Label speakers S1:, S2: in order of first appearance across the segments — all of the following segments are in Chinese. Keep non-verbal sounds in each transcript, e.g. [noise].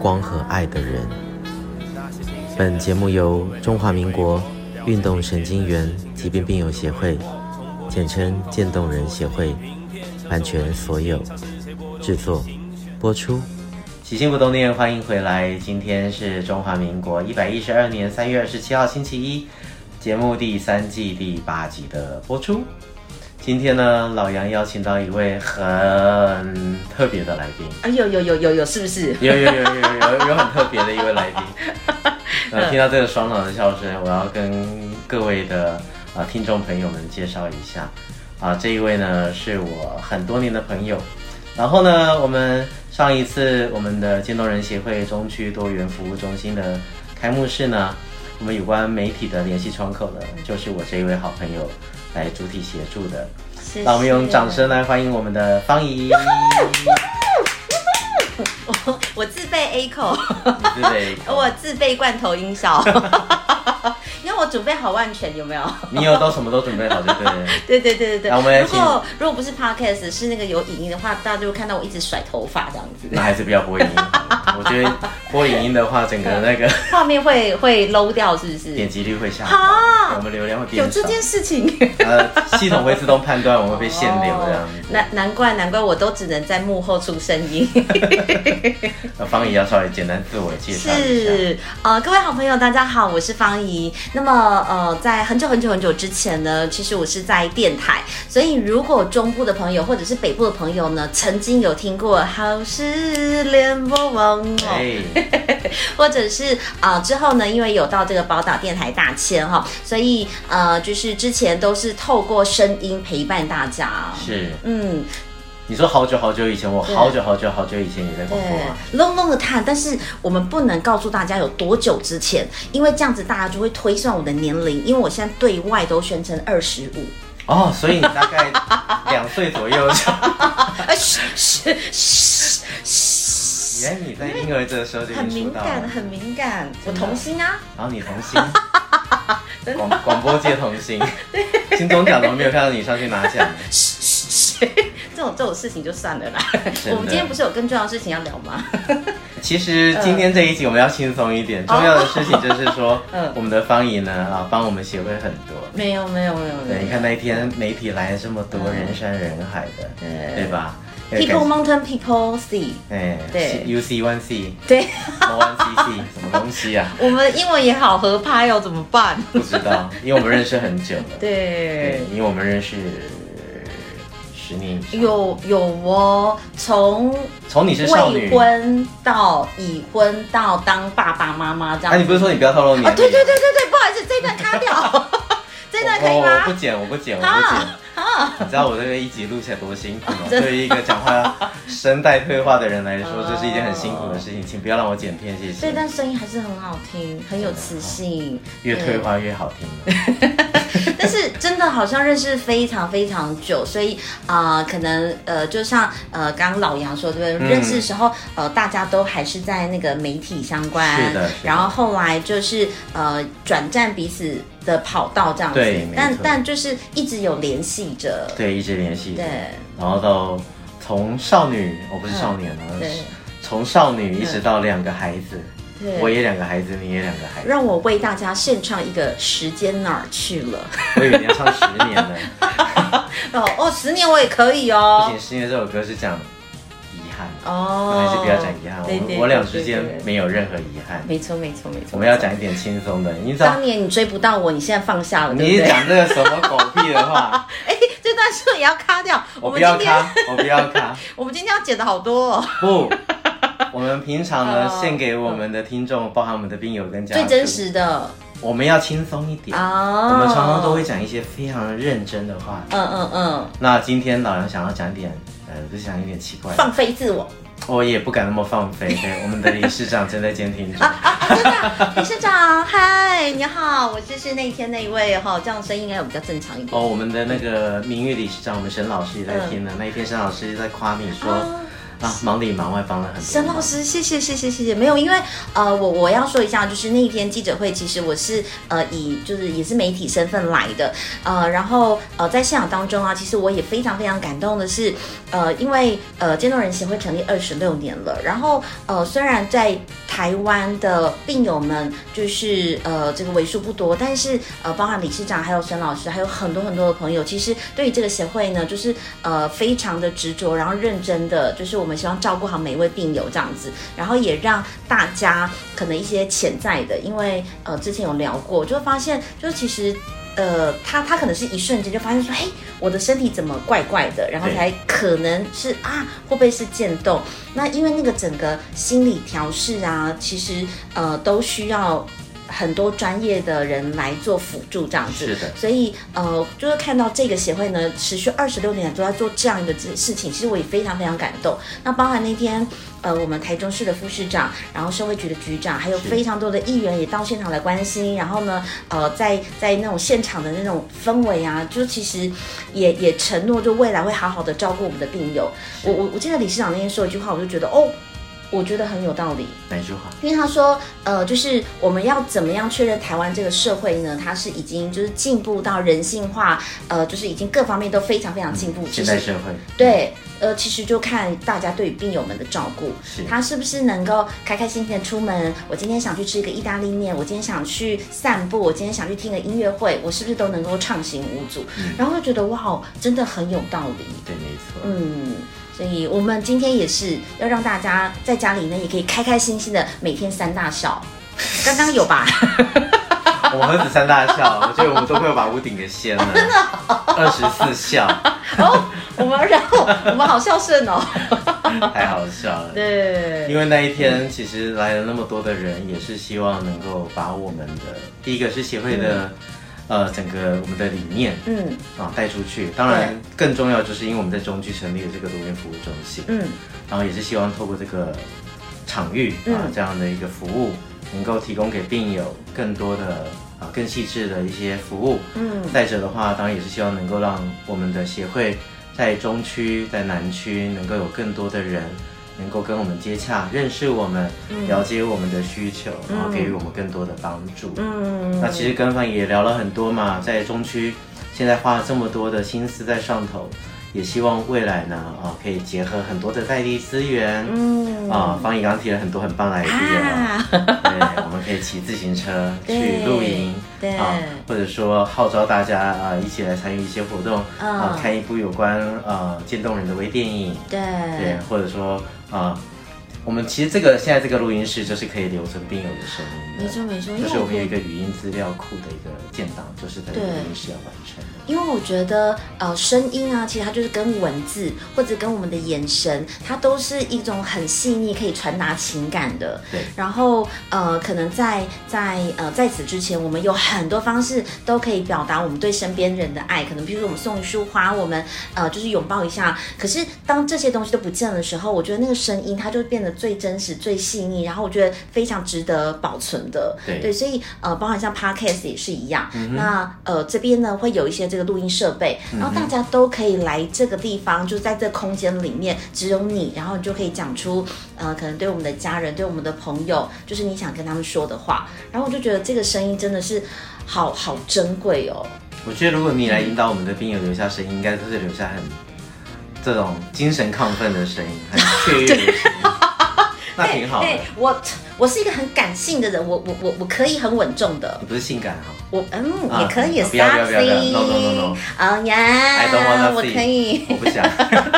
S1: 光和爱的人。本节目由中华民国运动神经元疾病病友协会，简称渐冻人协会，版权所有，制作、播出。起心不动念，欢迎回来。今天是中华民国一百一十二年三月二十七号星期一，节目第三季第八集的播出。今天呢，老杨邀请到一位很特别的来宾，
S2: 哎呦呦呦呦呦，是不是？
S1: 有有有有有有很特别的一位来宾。呃，听到这个爽朗的笑声，我要跟各位的啊、呃听众朋友们介绍一下，啊、这一位呢是我很多年的朋友。然后呢，我们上一次我们的渐冻人协会中区多元服务中心的开幕式呢，我们有关媒体的联系窗口呢，就是我这一位好朋友来主体协助的。那我们用掌声来欢迎我们的方怡。
S2: 我我自备 A 口，
S1: 对不对？
S2: 我自备罐头音效， [laughs] 因为我准备好万全，有没有？
S1: 你有都什么都准备好就对了。
S2: 对对对对对。
S1: 那我们
S2: 如
S1: 要请
S2: 果如果不是 podcast 是那个有影音的话，大家就会看到我一直甩头发这样子，
S1: 那还是不要播影音好了。我觉得播影音的话，整个那个
S2: [laughs] 画面会会 low 掉，是不是
S1: 点？击率会下
S2: 啊
S1: 滑，我们流量会
S2: 有
S1: 变
S2: 这
S1: 少。
S2: 件事情，
S1: 呃，系统会自动判断我们会被限流这样
S2: 哦
S1: 子。
S2: 难难怪难怪我都只能在幕后出声音。
S1: 那方怡要稍微简单自我介绍一下。
S2: 是，呃，各位好朋友，大家好，我是方怡。那么，呃，在很久很久很久之前呢，其实我是在电台，所以如果中部的朋友或者是北部的朋友呢，曾经有听过《好事联播网》哦，
S1: 哎，
S2: 或者是呃之后呢，因为有到这个宝岛电台大千哈、所以呃就是之前都是透过声音陪伴大家。
S1: 是
S2: 嗯，
S1: 你说好久好久以前，我好久好久好久以前也在广播啊。
S2: 对，隆隆的看，但是我们不能告诉大家有多久之前，因为这样子大家就会推算我的年龄，因为我现在对外都宣称二十五。
S1: 哦，所以你大概两岁左右就， [laughs]
S2: 哎，嘘嘘嘘嘘，
S1: 原来你在婴儿这个时候就已
S2: 很
S1: 经出
S2: 敏
S1: 道
S2: 感，啊
S1: 了。
S2: 很敏感，我童心啊，
S1: 然后你童
S2: [laughs]
S1: 星，广广播界童星，金钟奖怎么没有看到你上去拿奖？
S2: 嘘嘘嘘，这种这种事情就算了啦。我们今天不是有更重要的事情要聊吗？
S1: 其实今天这一集我们要轻松一点，重要的事情就是说，
S2: 哦 [laughs] 嗯
S1: 我们的方怡呢啊，帮我们协会很多。
S2: 没有没有没有
S1: 对，
S2: 没
S1: 你看那一天媒体来了这么多，人山人海的，对
S2: 对
S1: 吧
S2: 有，People Mountain People Sea，
S1: 哎，
S2: 对
S1: U C One C
S2: 对
S1: One C C 什么东西
S2: [laughs]
S1: 啊？
S2: 我们英文也好合拍哦，怎么办？
S1: 不知道，因为我们认识很久了。
S2: 对
S1: 对，。因为我们认识十年以上。
S2: 有有哦，从
S1: 从你是少
S2: 未
S1: 女，
S2: 婚到已婚到当爸爸妈妈这样
S1: 啊，
S2: 子。
S1: 你不是说你不要透露年龄？
S2: 啊？对对对对对，不好意思，这
S1: [laughs]
S2: 一段卡掉，这一段可以
S1: 我我不
S2: 吗？
S1: 剪，我不剪，我不剪
S2: 啊。
S1: 你知道我这个一集录起来多辛苦吗？
S2: [laughs] 真的
S1: 对于一个讲话声带退化的人来说，
S2: 哦
S1: 这是一件很辛苦的事情，请不要让我剪片，谢
S2: 这
S1: 谢。
S2: 段声音还是很好听，很有磁性。
S1: 越退化越好
S2: [laughs]
S1: 听。
S2: 但是真的好像认识非常非常久，所以啊、呃可能呃，就像呃，刚刚老杨说对不
S1: 嗯
S2: 对？认识的时候，呃，大家都还是在那个媒体相关，
S1: 是的是的
S2: 然后后来就是呃，转战彼此的跑道这样子，
S1: 对没错
S2: 但但就是一直有联系着，
S1: 对，一直联系。
S2: 对。嗯
S1: 然后到从少女，我不是少年啊，
S2: 对嗯
S1: 从少女一直到两个孩子，
S2: 对
S1: 我也两个孩子，你也两个孩子，
S2: 让我为大家献唱一个时间哪儿去了？ [laughs]
S1: 我以为你要唱十年呢。
S2: 哦哦，十年我也可以
S1: 不
S2: 哦
S1: 仅。十年这首歌是讲遗憾，我
S2: 哦，
S1: 还是不要讲遗憾。
S2: 对对
S1: 我我俩之
S2: 对对
S1: 间
S2: 对
S1: 没有任何遗憾。
S2: 没错没错没错。
S1: 我们要讲一点轻松的，你知道
S2: 当年你追不到我，你现在放下了，对
S1: 你一
S2: 不对？
S1: 讲这个什么狗屁的话，
S2: [laughs] 哎，这段是不是也要卡掉？
S1: 我不
S2: 们
S1: 要
S2: 今天
S1: 卡，我不要卡，
S2: 我们今天要剪的好多、哦， [laughs]
S1: 不。我们平常呢，
S2: 哦
S1: 献给我们的听众，包含我们的病友跟家属，
S2: 最真，实的
S1: 我们要轻松一点。
S2: 哦。
S1: 啊我们常常都会，讲一些非常认真的话。
S2: 嗯嗯嗯，
S1: 那今天老杨想要讲一点，呃，不是讲一点奇怪的， [laughs]
S2: 放飞自我，
S1: 我也不敢那么放飞。对，我们的理事长正在监听中。
S2: [laughs] 啊啊！真的，理事长，嗨，你好，我就是那天那一位哈，这样声音应该有比较正常一点。
S1: 哦，我们的那个名誉理事长，我们沈老师也在听呢。
S2: 嗯
S1: 那一天沈老师在夸你说
S2: 啊
S1: 啊，忙里忙外帮了很多忙。
S2: 沈老师，谢谢谢谢谢谢，没有，因为呃，我我要说一下，就是那一天记者会，其实我是呃以就是也是媒体身份来的，呃，然后呃在现场当中啊，其实我也非常非常感动的是，呃，因为呃渐冻人协会成立二十六年了，然后呃虽然在台湾的病友们就是呃这个为数不多，但是呃包含理事长还有沈老师，还有很多很多的朋友，其实对于这个协会呢，就是呃非常的执着，然后认真的，就是我们希望照顾好每一位病友这样子，然后也让大家可能一些潜在的，因为呃之前有聊过，就会发现就是其实。呃，他他可能是一瞬间就发现说，嘿，我的身体怎么怪怪的，然后
S1: 对
S2: 才可能是啊，会不会是渐冻？那因为那个整个心理调试啊，其实呃都需要很多专业的人来做辅助这样子。
S1: 是的
S2: 所以呃，就是看到这个协会呢，持续二十六年都在做这样一个事事情，其实我也非常非常感动。那包含那天呃，我们台中市的副市长，然后社会局的局长，还有非常多的议员也到现场来关心。然后呢，呃，在在那种现场的那种氛围啊，就其实也也承诺，就未来会好好的照顾我们的病友。我我我记得理事长那天说一句话，我就觉得哦，我觉得很有道理。
S1: 哪一句话？
S2: 因为他说，呃，就是我们要怎么样确认台湾这个社会呢？它是已经就是进步到人性化，呃，就是已经各方面都非常非常进步。
S1: 现
S2: 其实
S1: 代社会。
S2: 对，呃，其实就看大家对于病友们的照顾
S1: 是，
S2: 他是不是能够开开心心的出门。我今天想去吃一个意大利面，我今天想去散步，我今天想去听个音乐会，我是不是都能够畅行无阻？然后就觉得哇，真的很有道理。
S1: 对，没错。
S2: 嗯，所以我们今天也是要让大家在家里呢，也可以开开心心的每天三大 [laughs] 笑。刚刚有吧？
S1: 我们何止三大笑，我觉得我们都快要把屋顶给掀了。真的，二十四笑，
S2: 哦，我们然后我们好孝顺哦。
S1: 太好笑了。
S2: [laughs] 对，
S1: 因为那一天其实来了那么多的人，也是希望能够把我们的第一个是协会的，呃，整个我们的理念
S2: 嗯
S1: 啊带出去。当然，更重要就是因为我们在中区成立了这个多元服务中心，
S2: 嗯，
S1: 然后也是希望透过这个场域啊
S2: 嗯
S1: 这样的一个服务，能够提供给病友更多的啊更细致的一些服务。
S2: 嗯，
S1: 再者的话，当然也是希望能够让我们的协会在中区、在南区能够有更多的人能够跟我们接洽，认识我们，
S2: 嗯
S1: 了解我们的需求，然后给予我们更多的帮助。
S2: 嗯，
S1: 那其实跟范也聊了很多嘛，在中区现在花了这么多的心思在上头，也希望未来呢啊可以结合很多的在地资源。
S2: 嗯
S1: 啊，方怡刚刚提了很多很棒的 idea，、
S2: 啊，
S1: 对，我们可以骑自行车去露营，
S2: 对对
S1: 啊，或者说号召大家啊、一起来参与一些活动，
S2: 嗯
S1: 啊，看一部有关呃渐冻人的微电影，
S2: 对
S1: 对，或者说啊、我们其实这个现在这个录音室就是可以留存病友的声音的，
S2: 没错没错因为
S1: 就是我
S2: 我
S1: 们有一个语音资料库的一个建档，就是在这个
S2: 对
S1: 录音室要完成的。
S2: 因为我觉得，呃，声音啊，其实它就是跟文字或者跟我们的眼神，它都是一种很细腻可以传达情感的。
S1: 对
S2: 然后，呃，可能在在呃在此之前，我们有很多方式都可以表达我们对身边人的爱，可能比如说我们送一束花，我们呃就是拥抱一下。可是当这些东西都不见的时候，我觉得那个声音它就变得最真实、最细腻，然后我觉得非常值得保存的。
S1: 对嗯
S2: 对，所以呃，包含像 podcast 也是一样。那呃，这边呢会有一些这个录音设备，然后大家都可以来这个地方，就在这空间里面，只有你，然后你就可以讲出呃，可能对我们的家人、对我们的朋友，就是你想跟他们说的话。然后我就觉得这个声音真的是好好珍贵哦。
S1: 我觉得如果你来引导我们的病友留下声音，应该都是留下很这种精神亢奋的声音，很雀跃的
S2: [laughs]
S1: 声音，那挺好的。
S2: 对，我我是一个很感性的人，我我我我可以很稳重的，
S1: 你不是性感哈、
S2: 我嗯、
S1: 啊
S2: 也可以
S1: 不要不要不要不要
S2: sexy，
S1: ，no no no no，
S2: 啊
S1: I don't wanna
S2: 呀，
S1: see
S2: 我可以，
S1: 我不想，
S2: [laughs]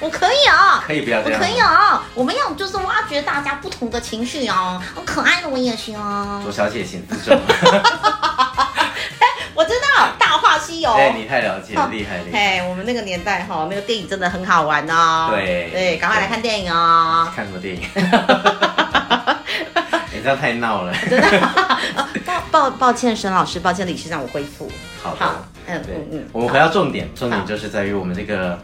S2: 我可以啊、
S1: 可以不要
S2: 我
S1: 这样
S2: 可
S1: 吗。
S2: 以哦，我们要就是挖掘大家不同的情绪哦，哦可爱的我也行哦。
S1: 左小姐请自重。啊
S2: 我知道《大话西游》
S1: 哎，你太了解，
S2: 哦
S1: 厉害厉害。
S2: 哎，我们那个年代哈、那个电影真的很好玩哦。
S1: 对
S2: 对，赶快来看电影哦。
S1: 看什么电影？ [laughs] 你这样太闹了。
S2: 抱抱抱歉，沈老师，抱歉，理事长，我恢复。
S1: 好的，
S2: 好嗯
S1: 对
S2: 嗯嗯
S1: 我们回到重点，重点
S2: 好
S1: 就是在于我们这个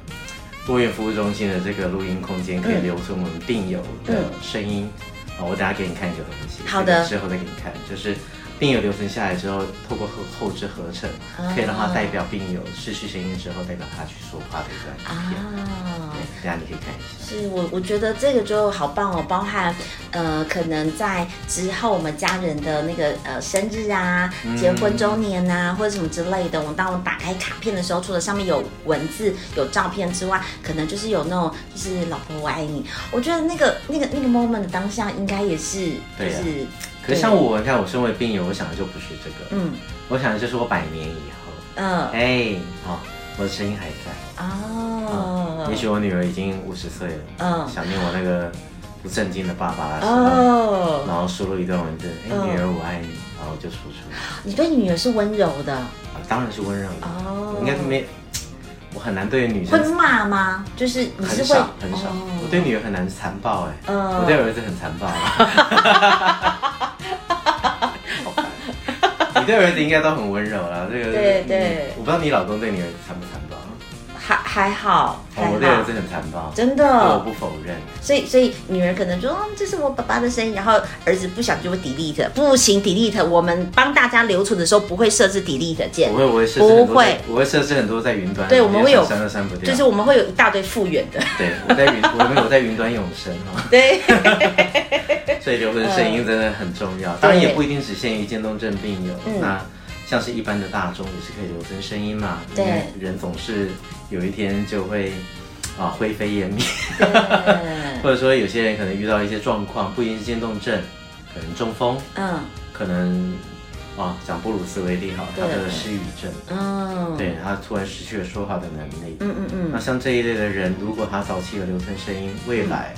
S1: 多元服务中心的这个录音空间，可以
S2: 嗯
S1: 留存我们病友的声音。啊、我等下给你看一个东西，
S2: 好的
S1: 这个之后再给你看，就是病友留存下来之后，透过后后置合成，
S2: 啊
S1: 可以让它代表病友失去声音之后，代表他去说话的一段影片。
S2: 啊
S1: 对，，等下你可以看一下。
S2: 是我我觉得这个就好棒哦，包含呃，可能在之后我们家人的那个呃生日啊、
S1: 嗯
S2: 结婚周年啊，或者什么之类的，我们当我打开卡片的时候，除了上面有文字、有照片之外，可能就是有那种就是老婆我爱你，我觉得那个那个那个 moment 的当下，应该也是就
S1: 对啊
S2: 是
S1: 可是像我，你看我身为病友，我想的就不是这个，
S2: 嗯
S1: 我想的就是我百年以后，
S2: 嗯
S1: 哎，好、我的声音还在，
S2: 哦，
S1: 也许我女儿已经五十岁了，
S2: 嗯
S1: 想念我那个不正经的爸爸的时候，
S2: 哦，
S1: 然后输入一段文字，哎，
S2: 嗯
S1: 女儿我爱你，然后我就输出了，
S2: 你对女儿是温柔的
S1: 啊当然是温柔的，
S2: 哦，
S1: 我应该没，我很难对女
S2: 会
S1: 生。
S2: 骂吗？就是你是
S1: 很
S2: 会
S1: 少很少，
S2: 哦
S1: 我对女儿很难残暴哎、
S2: 嗯
S1: 我对儿子很残
S2: [laughs]
S1: 暴、好烦你对儿子应该都很温柔啦，这个
S2: 对
S1: 嗯
S2: 对
S1: 我不知道你老公对你儿子残不残暴，
S2: 还还好，还
S1: 哦
S2: 好，
S1: 我对哦儿子很残暴，
S2: 真
S1: 这我
S2: 的。
S1: 不否认。
S2: 所以所以女儿可能说、哦这是我爸爸的声音，然后儿子不想就会 delete，不行 delete，我们帮大家留存的时候不会设置 delete 键
S1: 我，会，我会设置很多
S2: 不会
S1: 我会设置很多在云端，
S2: 对我们会有
S1: 删都删不掉，
S2: 就是我们会有一大堆复原
S1: [laughs]
S2: 的，
S1: 对我在云，我们有在云端永生
S2: [laughs]
S1: 啊，
S2: 对，
S1: 所以留存声音真的很重要。当然也不一定只限于渐冻症病友，
S2: 嗯
S1: 那像是一般的大众也是可以留存声音嘛，
S2: 对
S1: 因为人总是有一天就会啊灰飞烟灭。 [laughs] 或者说有些人可能遇到一些状况，不一定是渐冻症，可能中风，
S2: 嗯
S1: 可能啊，讲布鲁斯为例哈，他
S2: 对
S1: 得了失语症，
S2: 嗯，
S1: 对他突然失去了说话的能力。
S2: 嗯嗯嗯
S1: 那像这一类的人，如果他早期有留存声音，未来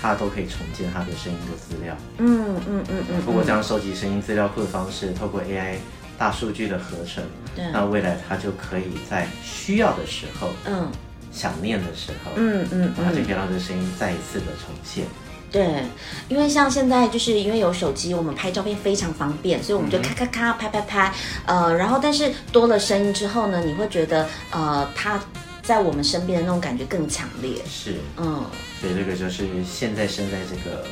S1: 他都可以重建他的声音的资料，
S2: 嗯嗯嗯嗯，
S1: 通过这样收集声音资料库的方式，透过 AI 大数据的合成，
S2: 对
S1: 那未来他就可以在需要的时候、
S2: 嗯
S1: 想念的时候，
S2: 嗯嗯
S1: 他就可以让这个声音再一次的重现。
S2: 对，因为像现在就是因为有手机，我们拍照片非常方便，所以
S1: 嗯
S2: 我们就咔咔咔拍拍拍，呃，然后但是多了声音之后呢，你会觉得呃，它在我们身边的那种感觉更强烈。
S1: 是，
S2: 嗯，
S1: 所以这个就是现在身在这个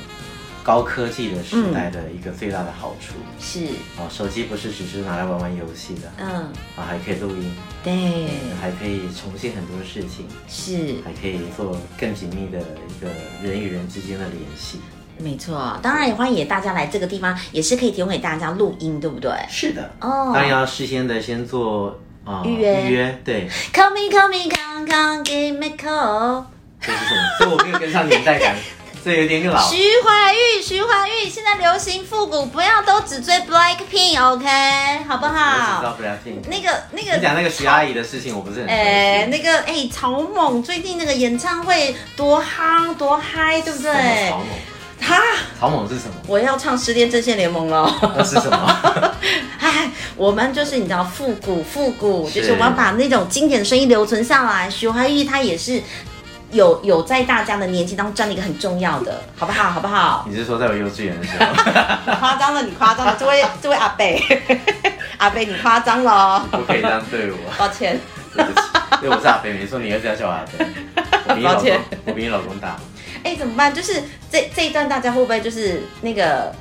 S1: 高科技的时
S2: 嗯
S1: 代的一个最大的好处。
S2: 是，
S1: 哦，手机不是只是拿来玩玩游戏的，
S2: 嗯，
S1: 啊，还可以录音，
S2: 对，
S1: 还可以重现很多事情，
S2: 是。
S1: 还可以做更紧密的一个人与人之间的联系。
S2: 没错，当然也欢迎大家来这个地方，也是可以提供给大家录音，对不对
S1: 是的，
S2: 哦
S1: 当然要事先的先做啊、
S2: 预约
S1: 预约对，
S2: ？Call me, call me, come, come, give me call。
S1: 这是什么？所以我没有跟上年代
S2: [laughs]
S1: 感，所以有点老。
S2: 徐怀钰，徐怀钰，现在流行复古，不要都只追 Blackpink，OK，、好不
S1: 我只
S2: 好
S1: 知？道 Blackpink。
S2: 那个那
S1: 你讲
S2: 个，
S1: 那个徐阿姨的事情，我不是很熟悉。
S2: 哎、那个哎、草蜢最近那个演唱会多夯多嗨，对不对？
S1: 什么
S2: 哈，
S1: 草蜢，草蜢是什么？
S2: 我要唱《失恋阵线联盟》了。 [laughs]
S1: 那是什么？ [laughs]
S2: 哎，我们就是你知道复古复古，就是
S1: 是
S2: 我们要把那种经典的声音留存下来。徐怀钰她也是有有在大家的年纪当中占了一个很重要的，好不好？好不好？
S1: 你是说在我幼稚园的时候，
S2: 夸张了，你夸张了，这位这位阿贝， [laughs] 阿贝你夸张了哦，
S1: 不可以这样对我？ [laughs]
S2: 抱歉。
S1: 对不起，对我是阿北，没错，你儿子要叫我阿
S2: [laughs]
S1: 北。我比你老
S2: 抱歉
S1: 公，我比你老公大。
S2: 哎、怎么办？就是这这一段，大家会不会就是那个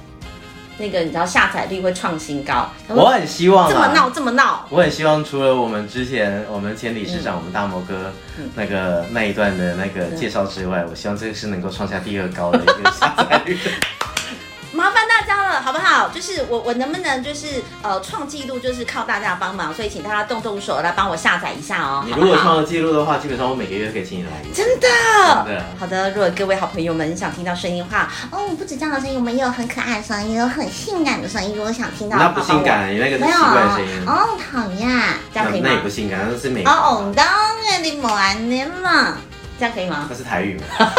S2: 那个，你知道下载率会创新高？然后
S1: 我很希望
S2: 这么闹，
S1: 啊，
S2: 这么闹，
S1: 我很希望除了我们之前我们前理事长、我们大摩哥
S2: 嗯
S1: 那个那一段的那个介绍之外，我希望这个是能够创下第二高的一个下载率。
S2: 麻烦大家了，好不好？就是我我能不能就是呃创纪录，就是靠大家帮忙，所以请大家动动手来帮我下载一下
S1: [laughs]
S2: 哦，
S1: 你
S2: 好
S1: 如
S2: 不
S1: 果
S2: 好？
S1: 创了记录的话，基本上我每个月可以请你来一次。
S2: 真的，
S1: 真的
S2: 好的。如果各位好朋友们想听到声音的话，哦，不止这样的声音，我们也有很可爱的声音，也有很性感的声音。如果想听到的话，
S1: 那不性感，你那个是
S2: 帮我，没
S1: 奇怪
S2: 有啊
S1: 的声音。
S2: 哦，讨厌，这样
S1: 那
S2: 可以吗
S1: 那？也不性感，那是美，
S2: 哦，当然你莫安尼嘛，这样可以吗
S1: [laughs] 那？是台语嘛？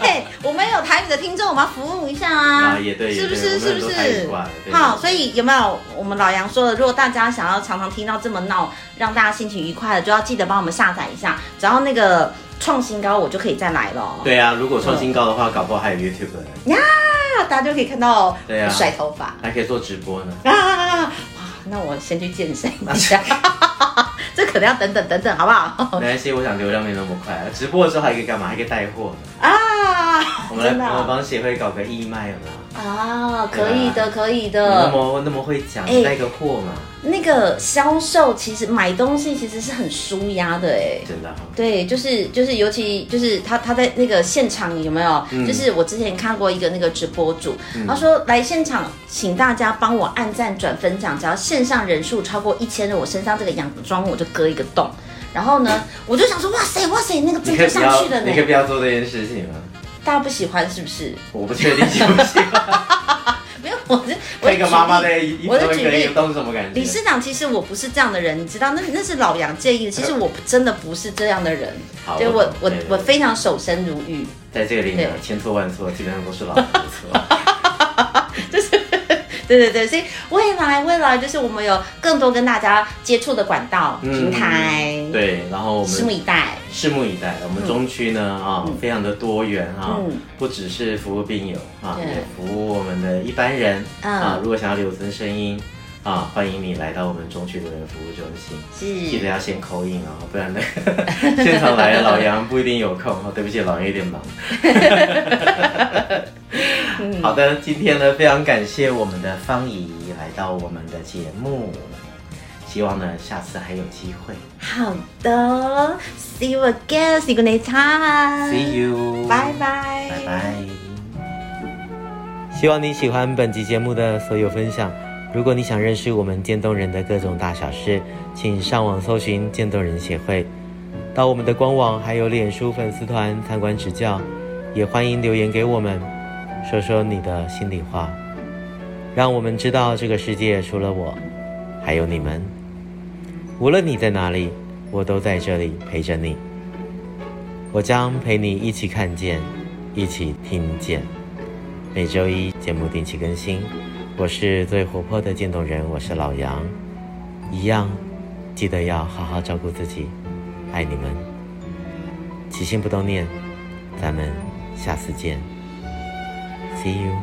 S2: 嘿，我们有台语的听众，我们要服务一下啊，
S1: 啊也对也
S2: 是不
S1: 对
S2: 是？
S1: 我们很
S2: 是不
S1: 多台
S2: 是
S1: 语挂的？对
S2: 好，所以有没有我们老杨说的，如果大家想要常常听到这么闹，让大家心情愉快的，就要记得帮我们下载一下，只要那个创新高，我就可以再来了。
S1: 对啊，如果创新高的话，搞不好还有 YouTube 呢，
S2: 那大家就可以看到
S1: 对啊
S2: 甩头
S1: [laughs]
S2: 发
S1: 还可以做直播呢。
S2: 啊，哇，那我先去健身一下。 [laughs] 这可能要等等等等，好不好？
S1: 没关系，我想流量没那么快。啊直播的时候还可以干嘛？还可以带货。
S2: 啊，
S1: 我们来，
S2: 真的
S1: 我们
S2: 啊
S1: 帮协会搞个义卖有没有？
S2: 啊，可以的，可以
S1: 你那
S2: 的。
S1: 么那么会讲，
S2: 嗯哎
S1: 带个货嘛，
S2: 那个销售其实买东西其实是很舒压的哎。
S1: 真的哈。
S2: 对，就是就是，尤其就是他他在那个现场有没有？
S1: 嗯
S2: 就是我之前看过一个那个直播主，他说来现场，请大家帮我按赞、转分享，只要线上人数超过一千人，我身上这个洋装我就割一个洞。然后
S1: [laughs]
S2: 呢，我就想说，哇塞哇塞，那个
S1: 你
S2: 真
S1: 可以
S2: 就
S1: 不
S2: 上
S1: 要
S2: 去了，
S1: 你可以
S2: 呢，
S1: 不要做这件事情吗？
S2: 大家不喜欢是不是？
S1: 我不确定喜不喜欢。
S2: 没有，我是我
S1: 那个妈妈
S2: 举例
S1: 的一
S2: [laughs] 我的
S1: 头一
S2: 举
S1: 个一
S2: 例
S1: 个洞是什么感觉？
S2: 理事长，其实我不是这样的人，你知道，那那是老杨建议的。其实我真的不是这样的人，
S1: 呃好
S2: 对
S1: 我
S2: 我
S1: 懂
S2: 我
S1: 对对
S2: 我
S1: 对
S2: 非常守身如玉。
S1: 在这里呢
S2: 对，
S1: 千错万错，基本上都是老婆的
S2: [laughs]
S1: 错。
S2: 对对对，所以未来未来就是我们有更多跟大家接触的管道、平台，，
S1: 嗯对，然后我
S2: 拭目
S1: 们
S2: 以待。
S1: 拭目以待。我们中区呢啊，非常的多元啊
S2: 嗯，
S1: 不只是服务病友啊，
S2: 对
S1: 也服务我们的一般人
S2: 嗯
S1: 啊。如果想要留存声音啊，欢迎你来到我们中区人员服务中心。记得
S2: 是，
S1: 要先口音哦，不然那个 [laughs] 现场来的老杨不一定有空哦。对不起，老杨有点忙。 [laughs] 好的，今天呢，非常感谢我们的方怡来到我们的节目，希望呢下次还有机会。
S2: 好的，See you again，See you next
S1: See
S2: time，
S1: you，
S2: 嗯拜拜，
S1: 拜拜。希望你喜欢本集节目的所有分享。如果你想认识我们渐冻人的各种大小事，请上网搜寻渐冻人协会，到我们的官网还有脸书粉丝团参观指教，也欢迎留言给我们，说说你的心里话，让我们知道这个世界除了我，还有你们。无论你在哪里，我都在这里陪着你。我将陪你一起看见，一起听见。每周一节目定期更新，我是最活泼的渐冻人，我是老杨。一样，记得要好好照顾自己，爱你们。起心不动念，咱们下次见。See you。